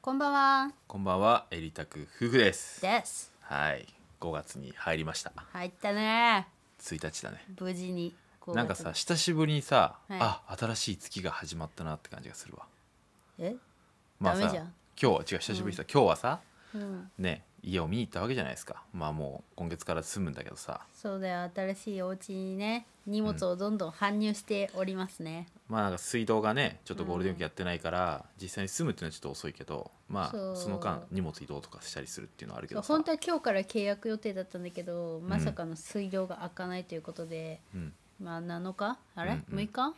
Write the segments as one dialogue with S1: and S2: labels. S1: こんばんは
S2: こんばんは、エリタク夫婦です。
S1: です
S2: はい、5月に入りました。
S1: 入ったね
S2: 1日だね。
S1: 無事にこう
S2: なんかさ、久しぶりにさ、
S1: はい
S2: あ、新しい月が始まったなって感じがするわ。
S1: え
S2: あ
S1: ダ
S2: さ、
S1: メじゃ
S2: 今
S1: ん
S2: 日は違う久しぶりにさ、今日はさ、
S1: うん
S2: ね、家を見に行ったわけじゃないですか。まあもう今月から住むんだけどさ、
S1: そうだよ新しいお家にね荷物をどんどん搬入しておりますね、
S2: まあなんか水道がね、ちょっとゴールデンウィークやってないから、実際に住むっていうのはちょっと遅いけど、まあ
S1: そう
S2: その間荷物移動とかしたりするっていうのはあるけ
S1: そう
S2: どさ
S1: 本、当は今日から契約予定だったんだけどまさかの水道が開かないということで、
S2: うん、
S1: まあ7日あれ、
S2: うんうん
S1: 6日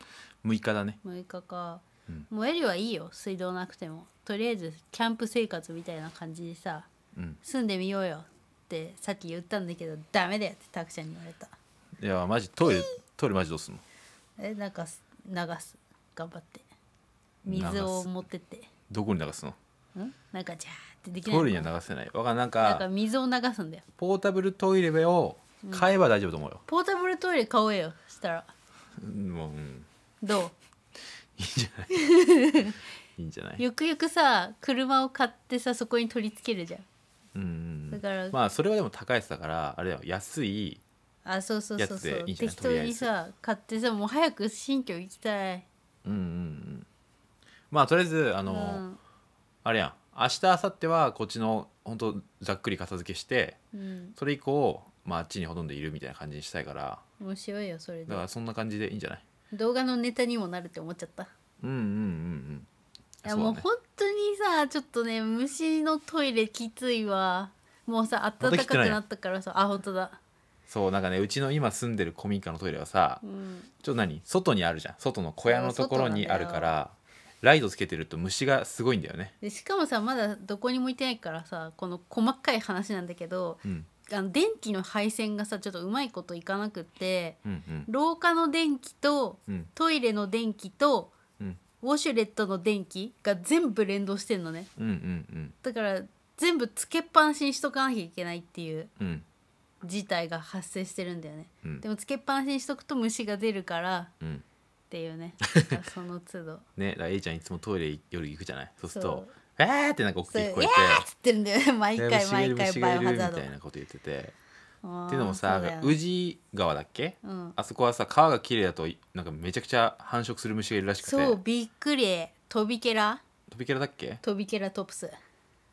S2: 6日だね。
S1: 6日か、
S2: うん
S1: もうエリはいいよ水道なくてもとりあえずキャンプ生活みたいな感じでさ
S2: うん、
S1: 住んでみようよってさっき言ったんだけどダメだよってタクちゃんに言われた
S2: いやマジトイレトイレマジどうすんの？
S1: えなんかす流す頑張って水を持ってって
S2: どこに流すの？
S1: んなんかジャーってできない
S2: トイ
S1: の
S2: レには流せない。わかんないなん
S1: なんか
S2: か
S1: 水を流すんだよ
S2: ポータブルトイレを買えば大丈夫と思うよ。
S1: ポータブルトイレ買おうよしたら
S2: うん、もう、うん、
S1: ど
S2: いいんじゃない。いいんじゃな
S1: う
S2: い。
S1: ゆくゆくさ車を買ってさそこに取り付けるじゃん
S2: うんうんう
S1: だ
S2: ん。
S1: から、
S2: まあそれはでも高いやつだからあれだよ安い。
S1: あそうそうそうそ
S2: やつ
S1: う
S2: でいいんじゃない
S1: 適当にさ買ってさもう早く新居行きたい
S2: うんうんうん。まあとりあえずあ
S1: う
S2: の、
S1: ん、
S2: あれやん。明日明後日はこっちの本当ざっくり片付けして
S1: うん、
S2: それ以降まああっちにほとんどいるみたいな感じにしたいから
S1: 面白いよそれで
S2: だからそんな感じでいいんじゃない。
S1: 動画のネタにもなるって思っちゃった
S2: うんうんうんうん。
S1: いや
S2: そうだ
S1: もう
S2: ね
S1: 本当にさちょっとね虫のトイレきついわもうさ
S2: ま
S1: 暖
S2: た
S1: か
S2: 来
S1: く
S2: てない
S1: なったからさあ本当だ、
S2: そうなんかねうちの今住んでる古民家のトイレはさ、
S1: うん、
S2: ちょっと何外にあるじゃん外の小屋のところにあるからライトつけてると虫がすごいんだよね、
S1: でしかもさまだどこにも行ってないからさこの細かい話なんだけど
S2: うん、
S1: あの電気の配線がさちょっとうまいこといかなくって
S2: うんうん
S1: 廊下の電気と
S2: うん
S1: トイレの電気と
S2: うん
S1: ウォシュレットの電気が全部連動してんのね
S2: うんうん
S1: だから全部つけっぱなしにしとかなきゃいけないっていう
S2: うんうん
S1: 事態が発生してるんだよね
S2: うん
S1: でもつけっぱなしにしとくと虫が出るから
S2: うん
S1: っていうねその都度
S2: ねだから A ちゃんいつもトイレ夜行くじゃないそうする
S1: そ
S2: と「えー!」ってなんか大き
S1: そう「い
S2: い
S1: やー!」
S2: 声聞こえて
S1: っつってるんだよ ね毎
S2: で
S1: 回
S2: 虫が
S1: 毎
S2: いる
S1: 回
S2: 虫
S1: バ
S2: が
S1: イ
S2: い
S1: オ
S2: る
S1: ハ
S2: み
S1: ザ
S2: た
S1: ード
S2: いなこと言ってて
S1: っ
S2: っていうのもさ宇治川だっけ、
S1: うん
S2: あそこはさ川が綺麗だとなんかめちゃくちゃ繁殖する虫がいるらしくて
S1: そうびっくり飛びケラ
S2: 飛びキャラだっけ
S1: 飛びケラトプス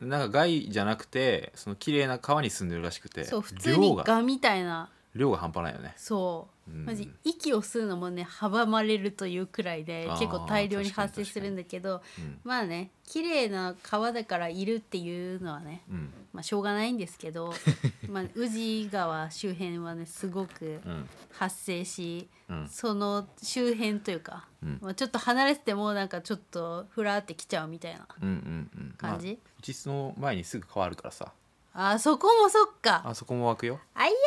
S2: なんか害じゃなくてその綺麗な川に住んでるらしくて
S1: そう普通
S2: 量
S1: に
S2: が
S1: ガみたいな
S2: 量が半端ないよね
S1: そう
S2: うん
S1: マジ息を吸うのもね阻まれるというくらいで
S2: あー
S1: 結構大量に
S2: 確かに
S1: 発生するんだけど
S2: うん
S1: まあね綺麗な川だからいるっていうのはね
S2: うん
S1: まあしょうがないんですけ どまあ宇治川周辺はねすごく
S2: うん
S1: 発生し、
S2: うん
S1: その周辺というか、
S2: うん
S1: まあ、ちょっと離れててもなんかちょっとふらって来ちゃうみたいな
S2: うんうんうん
S1: 感じ
S2: まあうちの前にすぐ川あるからさ
S1: あーそこもそっか
S2: あそこも湧くよ
S1: あいやいやいや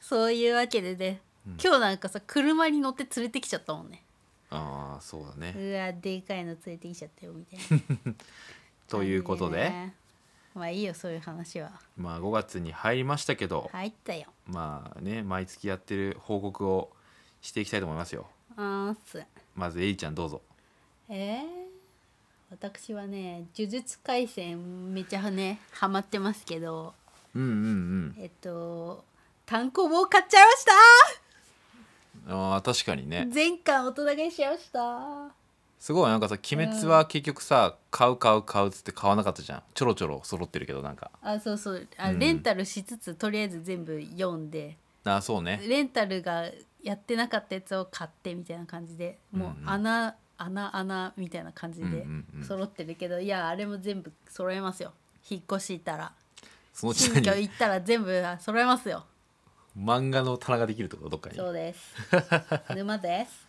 S1: そういうわけでね、
S2: うん
S1: 今日なんかさ車に乗って連れてきちゃったもんね
S2: ああそうだね
S1: うわでかいの連れてきちゃったよみたいな
S2: ということで、
S1: 感じねまあいいよそういう話は
S2: まあ5月に入りましたけど、
S1: 入ったよ
S2: まあね毎月やってる報告をしていきたいと思いますよ
S1: あーっす
S2: まずエリちゃんどうぞ
S1: えー、私はね呪術廻戦めちゃねハマってますけど
S2: うんうん
S1: えっと単行本買っちゃいました
S2: うんあー確かにね
S1: 全巻大人買いしちゃいました
S2: すごいなんかさ「鬼滅」は結局さ、買う買う買うっつって買わなかったじゃんちょろちょろ揃ってるけどなんか
S1: あそうそうあ、
S2: うん
S1: レンタルしつつとりあえず全部読んで
S2: ああそうね
S1: レンタルがやってなかったやつを買ってみたいな感じでもう
S2: うんうん
S1: 穴、穴穴みたいな感じ
S2: うんう
S1: で
S2: んうん
S1: 揃ってるけど、いやあれも全部揃えますよ引っ越したら
S2: そのうち
S1: 新居
S2: に
S1: 行ったら全部あ揃えますよ
S2: 漫画の棚ができるとこどっかに
S1: そうです 沼です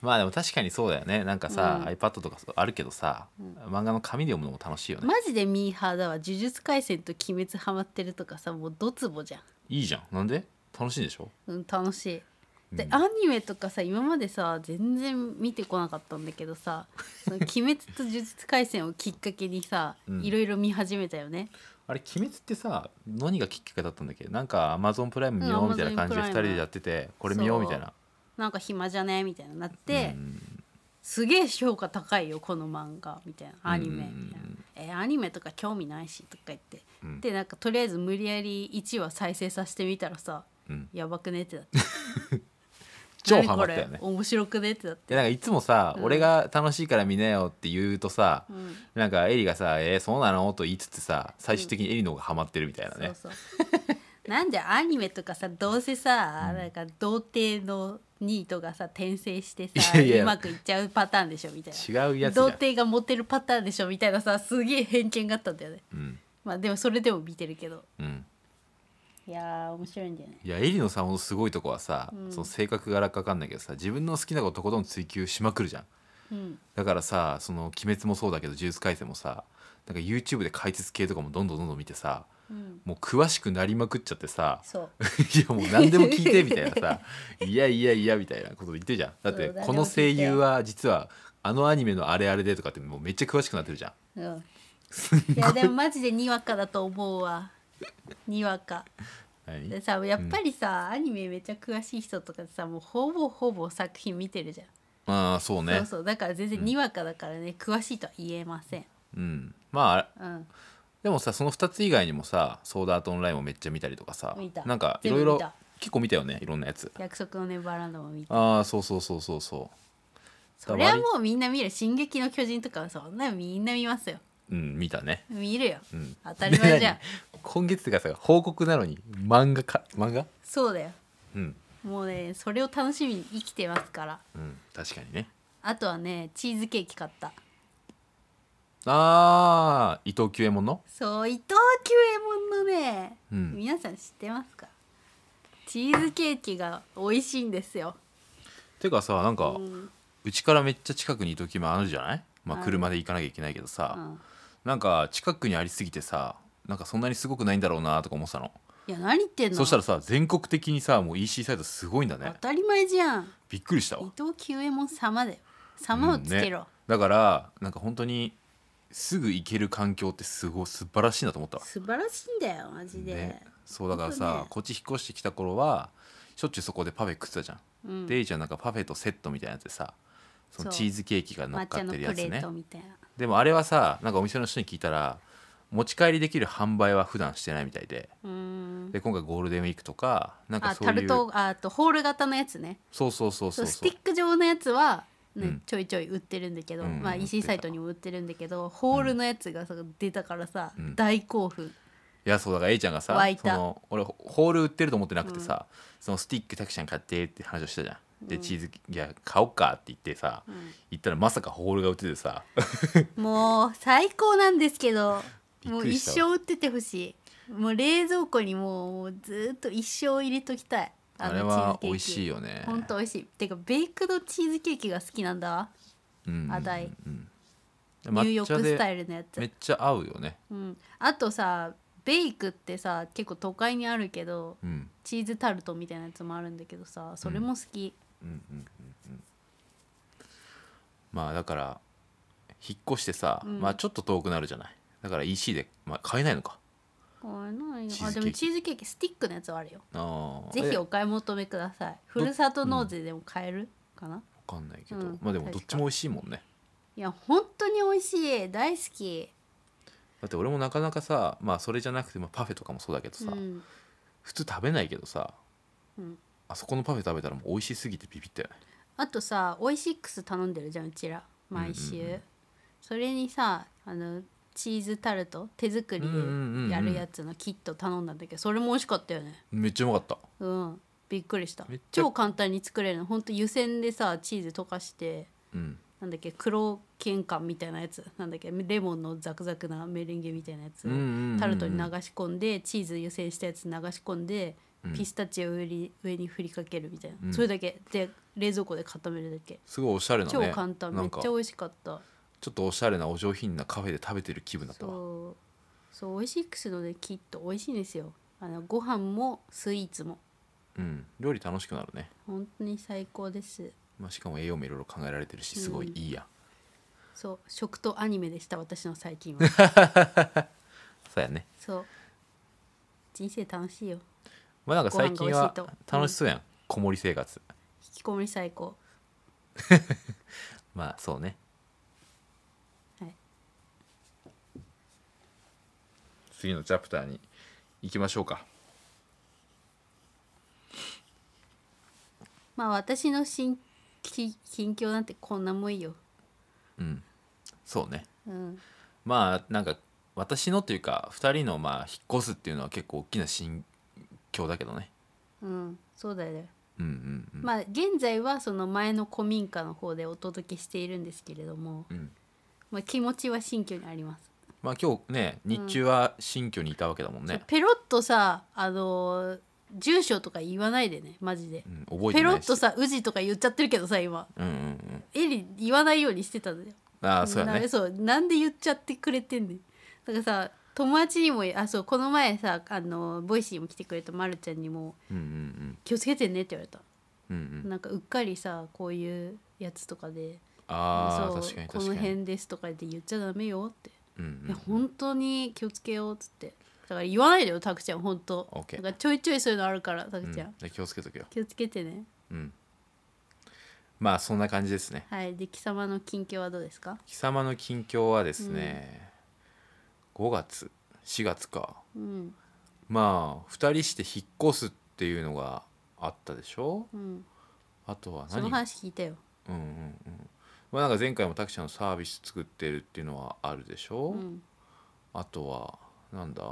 S2: まあでも確かにそうだよねなんかさ、
S1: うん
S2: iPad とかあるけどさ、漫画の紙で読むのも楽しいよね、
S1: マジでミーハーだわ呪術廻戦と鬼滅ハマってるとかさもうドツボじゃん
S2: いいじゃんなんで楽しいんでしょ
S1: うん、楽しい。で、
S2: うん
S1: アニメとかさ今までさ全然見てこなかったんだけどさ「その鬼滅」と「呪術廻戦」をきっかけにさ、
S2: うん
S1: いろいろ見始めたよね。
S2: あれ「鬼滅」ってさ何がきっかけだったんだっけなんか Amazon プライム見よ
S1: う
S2: うんみたいな感じで
S1: Amazon
S2: 2
S1: プライム
S2: 人でやっててこれ見ようみたいな
S1: なんか暇じゃねみたいになって
S2: う、ん
S1: すげえ評価高いよこの漫画みたいなアニメ
S2: うんうんうん
S1: みたいな「えーアニメとか興味ないし」とか言って、
S2: うん
S1: でなんかとりあえず無理やり1話再生させてみたらさ
S2: うん
S1: やばくねってなって
S2: 超ハマったよ
S1: 何
S2: ね
S1: これ面白くねってなって、
S2: でなんかいつもさ、
S1: うん
S2: 俺が楽しいから見なよって言うとさ、
S1: うん
S2: なんかエリがさ「えーそうなの?」と言いつつさ最終的にエリの方がハマってるみたいなね、
S1: そうそう なんでアニメとかさどうせさ、なんか童貞のニートがさ転生してさ
S2: いやいや
S1: うまくいっちゃうパターンでしょみたいな
S2: 違うやつじゃ
S1: 童
S2: ん、
S1: 貞がモテるパターンでしょみたいなさすげえ偏見があったんだよね
S2: うん
S1: まあでもそれでも見てるけど
S2: うん、
S1: いやー面白いんだよね
S2: いやエリのさほんとすごいとこはさ、
S1: うん
S2: その性格柄かわかんないけどさ自分の好きなこととことん追求しまくるじゃん
S1: うん
S2: だからさその「鬼滅」もそうだけど「呪術廻戦」もさなんか YouTube で解説系とかもどんどんどんどん見てさ
S1: うん
S2: もう詳しくなりまくっちゃってさ
S1: そう
S2: いやもう何でも聞いてみたいな さいやいやいやみたいなこと言ってるじゃんだっ
S1: そ
S2: て
S1: う何でも聞いて
S2: この声優は実はあのアニメのあれあれでとかってもうめっちゃ詳しくなってるじゃん
S1: うんいやでもマジでにわかだと思うわにわか
S2: 何
S1: でさやっぱりさ、アニメめっちゃ詳しい人とかさもうほぼほぼ作品見てるじゃん
S2: まあそうね
S1: そうそうだから全然にわかだからね、詳しいとは言えません
S2: うんまあ
S1: うん
S2: でもさその2つ以外にもさ「ソードアートオンライン」もめっちゃ見たりとかさ
S1: 見た
S2: なんかい
S1: 全部
S2: ろいろ
S1: 見た
S2: 結構見たよねいろんなやつ
S1: 約束のネバーランドも見て
S2: ああそうそうそうそうそう
S1: それはもうみんな見る「進撃の巨人」とかはそんなのみんな見ますよ
S2: うん見たね
S1: 見るよ、
S2: うん
S1: 当たり前じゃん
S2: で何今月がさ報告なのに漫画か漫画
S1: そうだよ
S2: うん
S1: もうねそれを楽しみに生きてますから
S2: うん確かにね
S1: あとはねチーズケーキ買った
S2: ああ伊藤久右衛門の
S1: そう伊藤久右衛門のね、
S2: うん
S1: 皆さん知ってますかチーズケーキが美味しいんですよ、
S2: てかさなんか
S1: うん
S2: うち、からめっちゃ近くに伊藤久右衛門あるじゃないま
S1: あ
S2: あ
S1: る
S2: 車で行かなきゃいけないけど
S1: う
S2: さ、
S1: ん、
S2: なんか近くにありすぎてさなんかそんなにすごくないんだろうなとか思ってたの
S1: いや何言ってんの
S2: そしたらさ全国的にさもう EC サイトすごいんだ
S1: 当
S2: ね
S1: たり前じゃん
S2: びっくりした
S1: 伊
S2: わ
S1: 藤久右衛門様だよ様をつけろ、
S2: うんねだからなんか本当にすぐ行ける環境ってすごい素晴らしいなと思ったわ
S1: 素晴らしいんだよマジで、
S2: ね、そうだから
S1: 本当
S2: さ、
S1: ね
S2: こっち引っ越してきた頃はしょっちゅうそこでパフェ食ってたじゃん、
S1: うん
S2: でエイちゃんなんかパフェとセットみたいなやつでさその
S1: そう
S2: チーズケーキが乗
S1: 抹
S2: っか
S1: 茶
S2: っ
S1: の
S2: て
S1: プ
S2: る
S1: レ
S2: やつ
S1: ー
S2: ね
S1: トみたいな
S2: でもあれはさなんかお店の人に聞いたら持ち帰りできる販売は普段してないみたいで
S1: うーん
S2: で今回ゴールデンウィークとかなんか
S1: あ
S2: そう
S1: タ
S2: い
S1: ル
S2: う
S1: トあとホール型のやつね
S2: そうそうそう
S1: そ
S2: そうう
S1: ス
S2: そ
S1: テ
S2: う
S1: ィック状のやつは、ね
S2: うん
S1: ちょいちょい売ってるんだけど、
S2: うん
S1: まあ、
S2: 売ってた
S1: EC サイトにも売ってるんだけどホールのやつがさ出たからさ、
S2: うん
S1: 大興奮
S2: いやそうだから A ちゃんがさ
S1: 湧い
S2: そ
S1: た
S2: の俺ホール売ってると思ってなくてさ、そのスティックタクちゃん買ってって話をしたじゃんでチーズいや買おっかって言ってさ、行ったらまさかホールが売っててさ
S1: もう最高なんですけど
S2: びっ
S1: もう
S2: くり
S1: 一
S2: した
S1: 生
S2: わ
S1: 売っててほしいもう冷蔵庫にもうもうずーっと一生入れときたい
S2: あれは美味しい
S1: よ
S2: よね
S1: ほんと美味しいてかベイクドチーズケーキが好きなんだわ
S2: うん
S1: あだい
S2: うんで
S1: ニューヨー
S2: 抹茶
S1: クスタ
S2: で
S1: イルのやつ
S2: めっちゃ合うよね
S1: うん、あとさベイクってさ結構都会にあるけど
S2: うん
S1: チーズタルトみたいなやつもあるんだけどさそれも好き、
S2: まあだから引っ越してさ、
S1: うん
S2: まあちょっと遠くなるじゃないだから EC で、まあ、買えないのか
S1: これない
S2: チー
S1: あ
S2: ズケ
S1: でも
S2: ーキ
S1: チーズケーキスティックのやつはあるよ
S2: あー
S1: ぜひ
S2: え
S1: お買い求めくださいふるさと納税でも買えるかな、
S2: わかんないけど、
S1: うん
S2: まあでもどっちも美味しいもんね
S1: いや本当に美味しい大好き
S2: だって俺もなかなかさまあそれじゃなくて、まあ、パフェとかもそうだけどさ、
S1: うん、
S2: 普通食べないけどさ、
S1: うん
S2: あそこのパフェ食べたらもう美味しすぎてビビったよね
S1: あとさオイシックス頼んでるじゃんうちら毎週、
S2: うんうんうん
S1: それにさあのチーズタルト手作りでやるやつのキット頼んだんだけどそれも美味しかったよね
S2: めっちゃうまかった
S1: うんびっくりした
S2: めっちゃ
S1: 超簡単に作れるのほんと湯煎でさチーズ溶かして
S2: うん
S1: なんだっけ黒けんかんみたいなやつなんだっけレモンのザクザクなメレンゲみたいなやつ
S2: うんうんうんうん
S1: をタルトに流し込んでチーズ湯煎したやつ流し込んで
S2: うん
S1: ピスタチオを上に上に振りかけるみたいな、
S2: うん
S1: それだけで冷蔵庫で固めるだけ
S2: すごいおしゃれなね
S1: 超簡単、
S2: な
S1: めっ
S2: ん
S1: ち
S2: か
S1: ゃ
S2: ち
S1: 美
S2: ょ
S1: 味しかった
S2: っとおしゃれなお上品なカフェで食べてる気分だったわ
S1: そうそうオイシックスのねキット美味しいんですよあのご飯もスイーツも
S2: うん料理楽しくなるね、
S1: 本当に最高です
S2: まあ、しかも栄養もいろいろ考えられてるしすごいいいや、
S1: そう食とアニメでした私の最近は
S2: そうやね
S1: そう人生楽しいよ
S2: まあなんか最近は
S1: ご飯が美味しいと
S2: 楽しそうやん、こもり生活
S1: 引きこもり最高
S2: まあそうね
S1: はい
S2: 次のチャプターに行きましょうか
S1: まあ私の心き近況なんてこんなもんよ、
S2: うんそうね
S1: うん、
S2: まあなんか私のというか2人のまあ引っ越すっていうのは結構大きな心境だけどね
S1: うん、そうだよね。
S2: うんうんうん、
S1: まあ現在はその前の古民家の方でお届けしているんですけれども、
S2: うん
S1: まあ気持ちは新居にあります。
S2: まあ今日ね日中は新居にいたわけだもん
S1: そう
S2: ね、
S1: ペロッとさあのー住所とか言わないでねマジで
S2: う。ん、覚
S1: ペ
S2: えて
S1: ロ
S2: ない
S1: ッ
S2: し
S1: とさ宇治とか言っちゃってるけどさ今
S2: うんうんうん
S1: エリ言わないようにしてたんだよ。
S2: ああそうや
S1: な
S2: ね
S1: そうなんで言っちゃってくれてんねんだからさ友達にもあそうこの前さあのボイシーも来てくれたまるちゃんにも
S2: うんうん
S1: 「気をつけてね」って言われた、
S2: うんうんうん
S1: なんかうっかりさこういうやつとかで
S2: ああ
S1: そう
S2: 確かに
S1: こ
S2: 確か
S1: の
S2: に
S1: 辺ですとか言って言っちゃダメよって、
S2: うん
S1: いや
S2: うん
S1: 本当に気をつけようっつってだから言わないでよタクちゃん本当
S2: オッケー
S1: だからちょいちょいそういうのあるからタ
S2: う
S1: ク
S2: ん
S1: ちゃん、
S2: で気をつけとけよ
S1: 気をつけてね
S2: うんまあそんな感じですね
S1: はいで貴様の近況はどうですか
S2: 貴様の近況はですね、5月4月か
S1: うん
S2: まあ2人して引っ越すっていうのがあったでしょ
S1: うん
S2: あとは
S1: そ
S2: 何
S1: の話聞いたよ
S2: うんうんうんまあなんか前回もタクシーのサービス作ってるっていうのはあるでしょ、
S1: うん
S2: あとはなんだ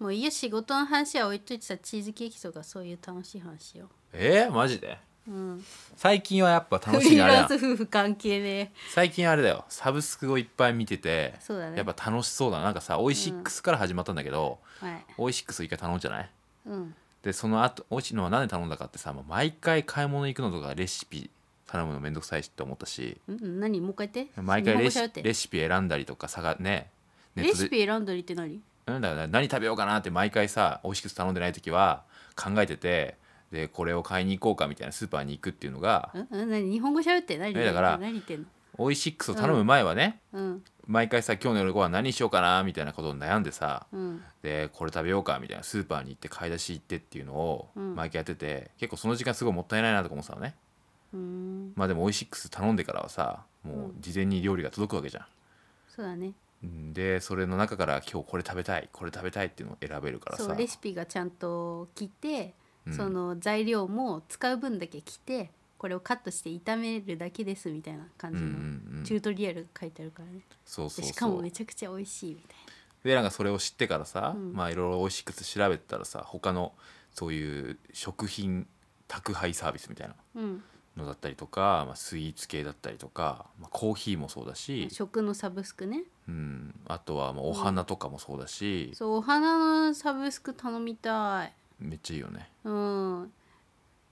S1: もういいよ仕事の話は置いといてさチーズケーキとかそういう楽しい話よ、
S2: えー、マジで
S1: うん、
S2: 最近はやっぱ
S1: フ
S2: 楽しい
S1: リー
S2: のあれ
S1: ラン
S2: だ
S1: ス夫婦関係ね
S2: 最近あれだよサブスクをいっぱい見てて、
S1: そうだね
S2: やっぱ楽しそうだななんかさオイシックスから始まったんだけど、
S1: はい
S2: オイシックスを一回頼んじゃない
S1: うん
S2: でその後オイシのは何で頼んだかってさ、もう毎回買い物行くのとかレシピ頼むのめんどくさいしって思ったし
S1: うん何もう一回言って
S2: 毎回
S1: 日本
S2: レ
S1: 語しゃべ
S2: シ
S1: って
S2: レシピ選んだりとかさがねネッ
S1: レ
S2: トで
S1: シピ選んだりって何
S2: なんだから何食べようかなって毎回さ美味しく頼んでない時は考えててでこれを買いに行こうかみたいなスーパーに行くっていうのが
S1: んん何日本語喋って何
S2: えだから
S1: 何言ってんの
S2: オイシックスを頼む前はね、
S1: うん
S2: 毎回さ今日の夜ご飯何にしようかなみたいなことを悩んでさ
S1: うん
S2: でこれ食べようかみたいなスーパーに行って買い出し行ってっていうのを
S1: うん
S2: 毎回やってて、結構その時間すごいもったいないなとか思ってたのね
S1: うん
S2: まあでもオイシックス頼んでからはさもう事前に料理が届くわけじゃん
S1: そうだね
S2: うんでそれの中から今日これ食べたいこれ食べたいっていうのを選べるから
S1: そ
S2: さ
S1: うレシピがちゃんと来て、
S2: うん
S1: その材料も使う分だけ来てこれをカットして炒めるだけですみたいな感
S2: うん
S1: じ
S2: う
S1: の
S2: んうん
S1: チュートリアル書いてあるからね、
S2: そう
S1: で
S2: そうそう
S1: しかもめちゃくちゃ美味しいみたい
S2: でなんかそれを知ってからさ、
S1: うん
S2: まあいろいろ美味しく調べてたらさ他のそういう食品宅配サービスみたいな
S1: な、うん、
S2: のだったりとか、まあ、スイーツ系だったりとか、まあ、コーヒーもそうだし、
S1: 食のサブスクね
S2: うん、あとはまあお花とかもそうだし、
S1: そうお花のサブスク頼みたい
S2: めっちゃいいよね
S1: うん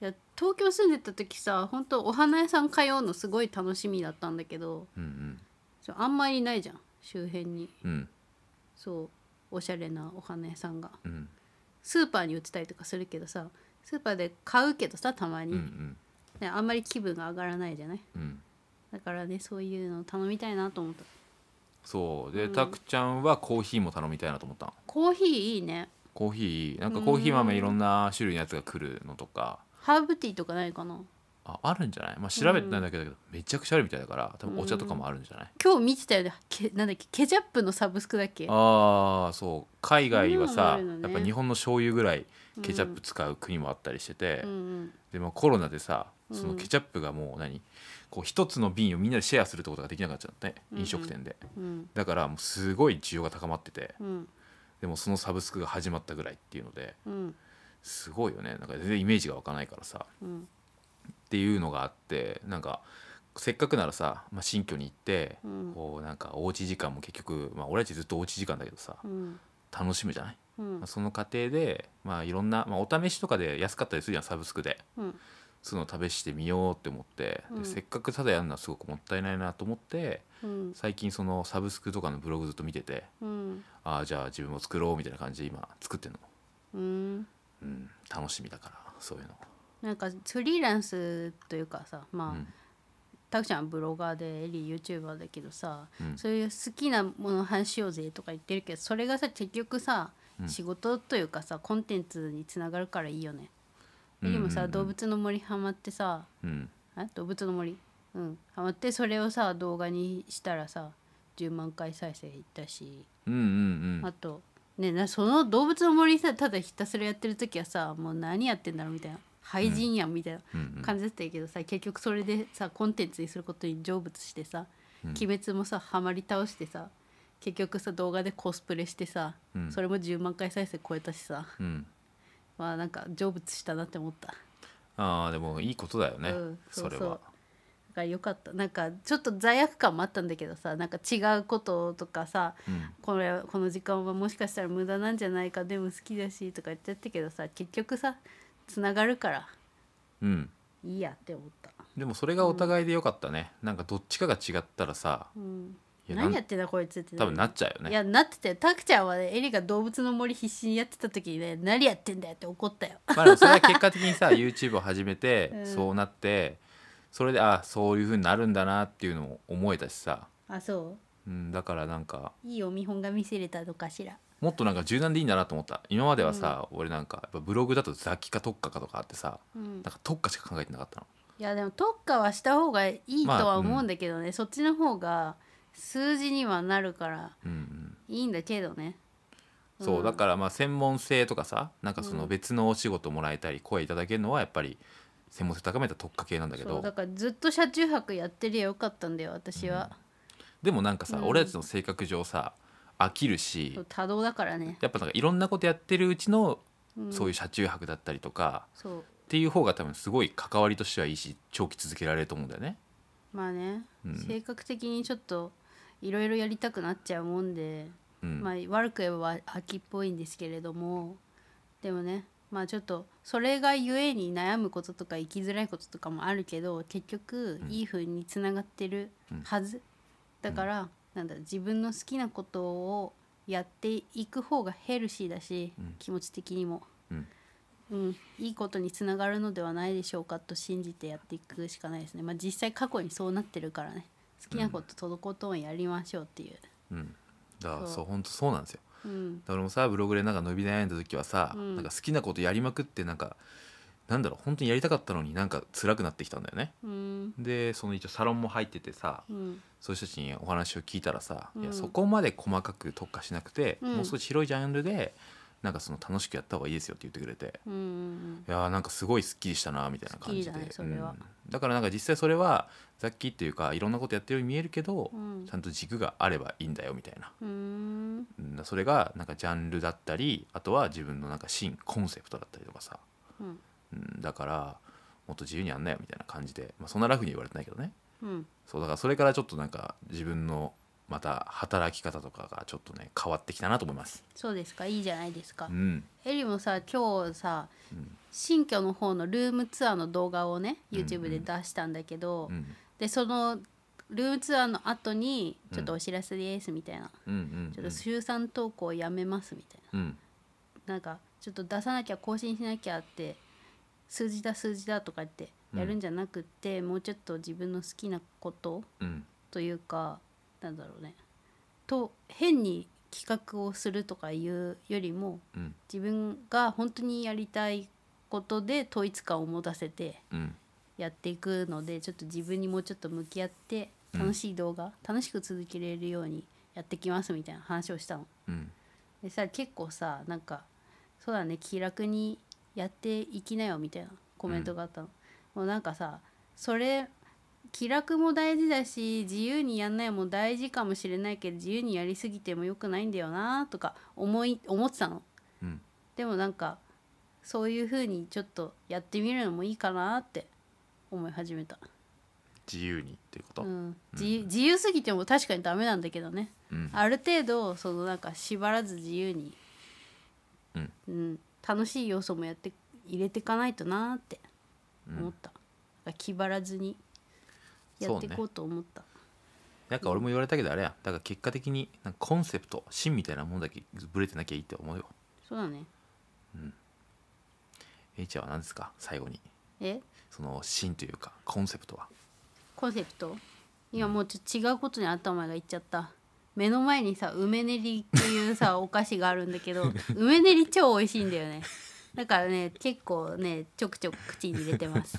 S1: いや東京住んでた時さ本当お花屋さん通うのすごい楽しみだったんだけど
S2: うん
S1: そうあんまりないじゃん周辺に
S2: うんうん
S1: そうおしゃれなお花屋さんが
S2: うん
S1: スーパーに売ってたりとかするけどさスーパーで買うけどさたまに、
S2: うんうん
S1: ねあんまり気分が上がらないじゃない
S2: うん
S1: だからねそういうの頼みたいなと思った
S2: そうで、たくちゃんはコーヒーも頼みたいなと思ったの
S1: コーヒーいいね
S2: コーヒーなんかコーヒー豆いろんな種類のやつが来るのとか、
S1: ハーブティーとかないかな
S2: ああるんじゃない、まあ、調べてないだけだけど、めちゃくちゃあるみたいだから多分お茶とかもあるんじゃない、
S1: 今日見てたよねけなんだっけケチャップのサブスクだっけ
S2: ああそう海外はさ、
S1: そんなのもあるのね
S2: やっぱ日本の醤油ぐらいケチャップ使う国もあったりしてて、
S1: うんうん
S2: でもコロナでさそうの
S1: ん
S2: ケチャップがもう何こう一つの瓶をみんなでシェアするってことができなくなっちゃって
S1: うんうん
S2: 飲食店で、
S1: うん
S2: だからもうすごい需要が高まってて
S1: うん
S2: でもそのサブスクが始まったぐらいっていうので
S1: うん
S2: すごいよねなんか全然イメージが湧かないからさ
S1: うん
S2: っていうのがあってなんかせっかくならさ、まあ、新居に行って、
S1: うん
S2: こうなんかおうち時間も結局、まあ、俺たちずっとおうち時間だけどさ
S1: うん
S2: 楽しむじゃない
S1: うん
S2: まあその過程で、まあ、いろんな、まあ、お試しとかで安かったりするじゃんサブスクで
S1: うん
S2: そういうの試してみようって思って、
S1: うん
S2: でせっかくただやるのはすごくもったいないなと思って
S1: うん
S2: 最近そのサブスクとかのブログずっと見てて
S1: うん
S2: ああじゃあ自分も作ろうみたいな感じで今作ってんの、
S1: うん
S2: うん、楽しみだからそういうの、
S1: なんかフリーランスというかさまあ、
S2: うん
S1: たくちゃんはブロガーでエリー YouTuber だけどさ、
S2: うん
S1: そういう好きなもの話しようぜとか言ってるけどそれがさ結局さ、
S2: うん
S1: 仕事というかさコンテンツにつながるからいいよね。
S2: うんうん
S1: エ
S2: うん
S1: リーもさ動物の森ハマってさ
S2: うん、
S1: あ動物の森うん、ハマってそれをさ動画にしたらさ10万回再生いったし、
S2: うんうんうん
S1: あとねなその動物の森さただひたすらやってる時はさもう何やってんだろうみたいな廃人やんみたいな
S2: うんうん
S1: 感じだったけどさ、結局それでさコンテンツにすることに成仏してさ「
S2: うん
S1: 鬼滅」もさハマり倒してさ結局さ動画でコスプレしてさ、
S2: うん
S1: それも10万回再生超えたしさ
S2: うん
S1: まあなんか成仏したなって思った。
S2: ああでもいいことだよね、
S1: うん
S2: そ
S1: そうそう
S2: れは
S1: だから良かったなんかちょっと罪悪感もあったんだけどさなんか違うこととかさ、
S2: うん
S1: これこの時間はもしかしたら無駄なんじゃないかでも好きだしとか言っちゃったけどさ結局さつながるから
S2: うん
S1: いいやって思った、
S2: でもそれがお互いでよかったね、なんかどっちかが違ったらさ
S1: うん、
S2: いや
S1: 何
S2: なん
S1: やってんだこいつって
S2: 多分なっちゃうよ
S1: い
S2: ね
S1: やなってたよタクちゃんはねエリが動物の森必死にやってた時にね何やってんだよって怒ったよ
S2: まあでもそれは結果的 にさ YouTube を始めて、
S1: うん
S2: そうなってそれであそういう風になるんだなっていうのも思えたしさ、
S1: あそ
S2: うん、だからなんか
S1: ういいお見本が見せれたのかしら
S2: もっとなんか柔軟でいいんだなと思った今まではさ、俺なんかやっぱブログだと雑記か特化かとかあってさ
S1: うん
S2: なんか特化しか考えてなかったの
S1: いやでも特化はした方がいいと
S2: まあ
S1: は思うんだけどね、そっちの方が数字にはなるから
S2: うんうん
S1: いいんだけどね
S2: そう、
S1: うん
S2: だからまあ専門性とかさなんかそうの
S1: ん
S2: 別のお仕事もらえたり声いただけるのはやっぱり専門性高めた特化系なんだけ
S1: そう
S2: ど
S1: だからずっと車中泊やってりゃよかったんだよ私は、
S2: でもなんかさ、
S1: うん
S2: 俺たちの性格上さ飽きるし
S1: そう多動だからね
S2: やっぱなんかいろんなことやってるうちの
S1: うん
S2: そういう車中泊だったりとか、
S1: そう
S2: っていう方が多分すごい関わりとしてはいいし長期続けられると思うんだよね。
S1: まあね、
S2: うん
S1: 性格的にちょっといろいろやりたくなっちゃうもんで、
S2: うん
S1: まあ悪く言えば秋っぽいんですけれどもでもねまあちょっとそれがゆえに悩むこととか生きづらいこととかもあるけど結局いい風につながってるはず、だから、なんだ自分の好きなことをやっていく方がヘルシーだし、
S2: うん
S1: 気持ち的にも、
S2: うん
S1: うんいいことにつながるのではないでしょうかと信じてやっていくしかないですね、まあ、実際過去にそうなってるからね好きなこととことんやりましょうっていう。
S2: うん、だから
S1: そ
S2: そうう本当そうなんですよ。
S1: うん
S2: だから俺もさブログでなんか伸び悩んだ時はさ、
S1: うん
S2: なんか好きなことやりまくってなんかなんだろう本当にやりたかったのになんか辛くなってきたんだよね。
S1: うん
S2: でその一応サロンも入っててさ
S1: うん
S2: そういう人たちにお話を聞いたらさ、
S1: うん
S2: いやそこまで細かく特化しなくて、
S1: うん
S2: もう少し広いジャンルでなんかその楽しくやった方がいいですよって言ってくれて。
S1: うんうん
S2: いやーなんかすごいすっきりしたなみたいな感じで
S1: スッキリだねそれは
S2: うんだからなんか実際それは雑記っていうかいろんなことやってるように見えるけど、
S1: うん
S2: ちゃんと軸があればいいんだよみたいな、
S1: うん
S2: うん、それがなんかジャンルだったりあとは自分のなんか芯コンセプトだったりとかさ、
S1: うん
S2: うん、だからもっと自由にやんなよみたいな感じで、まあ、そんなラフには言われてないけどね
S1: うん
S2: そうだからそれからちょっとなんか自分のまた働き方とかがちょっとね変わってきたなと思います。
S1: そうですかいいじゃないですか
S2: う。ん
S1: エリもさ今日さ
S2: うん
S1: 新居の方のルームツアーの動画をね
S2: うん
S1: YouTube で出したんだけど、
S2: うん
S1: でそのルームツアーの後に
S2: うん
S1: ちょっとお知らせですみたいな、
S2: うんうん
S1: ちょっと週3投稿やめますみたい
S2: うん
S1: ななんかちょっと出さなきゃ更新しなきゃって数字だ数字だとか言ってやるんじゃなくって、もうちょっと自分の好きなこと
S2: うん
S1: というかなんだろうねと変に企画をするとかいうよりも
S2: うん
S1: 自分が本当にやりたいことで統一感を持たせて
S2: うん
S1: やっていくのでちょっと自分にもうちょっと向き合って
S2: うん
S1: 楽しい動画、楽しく続けれるようにやってきますみたいな話をしたの。
S2: うん
S1: でさ結構さなんか「そうだね気楽にやっていきなよ」みたいなコメントがあったの。もうなんかさそれ気楽も大事だし自由にやんないも大事かもしれないけど自由にやりすぎても良くないんだよなとか思い思ってたの。
S2: うん
S1: でもなんかそういう風にちょっとやってみるのもいいかなって思い始めた、
S2: 自由にっていうこと、
S1: うん、自由自由すぎても確かにダメなんだけどね、
S2: うん
S1: ある程度そのなんか縛らず自由に、
S2: うん
S1: うん楽しい要素もやって入れていかないとなーって思った、だから気張らずにやっていこうと思った
S2: なんか俺も言われたけどあれやだから結果的になんかコンセプト芯みたいなもんだけブレてなきゃいいって思うよ
S1: そう,、だね
S2: えいちゃんは何ですか最後に
S1: え
S2: その芯というかコンセプトは
S1: コンセプト今もうちょっと違うことに頭がいっちゃった目の前にさ梅練りっていう さお菓子があるんだけど梅練り超美味しいんだよねだからね結構ねちょくちょく口に入れてます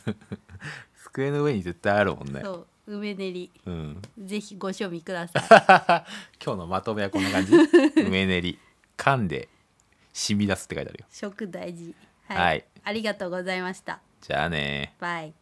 S2: 机の上に絶対あるもんね
S1: そう梅練り
S2: うん、
S1: ぜひご賞味ください
S2: 今日のまとめはこん な感じ梅練り噛んで染み出すって書いてあるよ
S1: 食大事
S2: はい
S1: ありがとうございました
S2: じゃあね
S1: バイ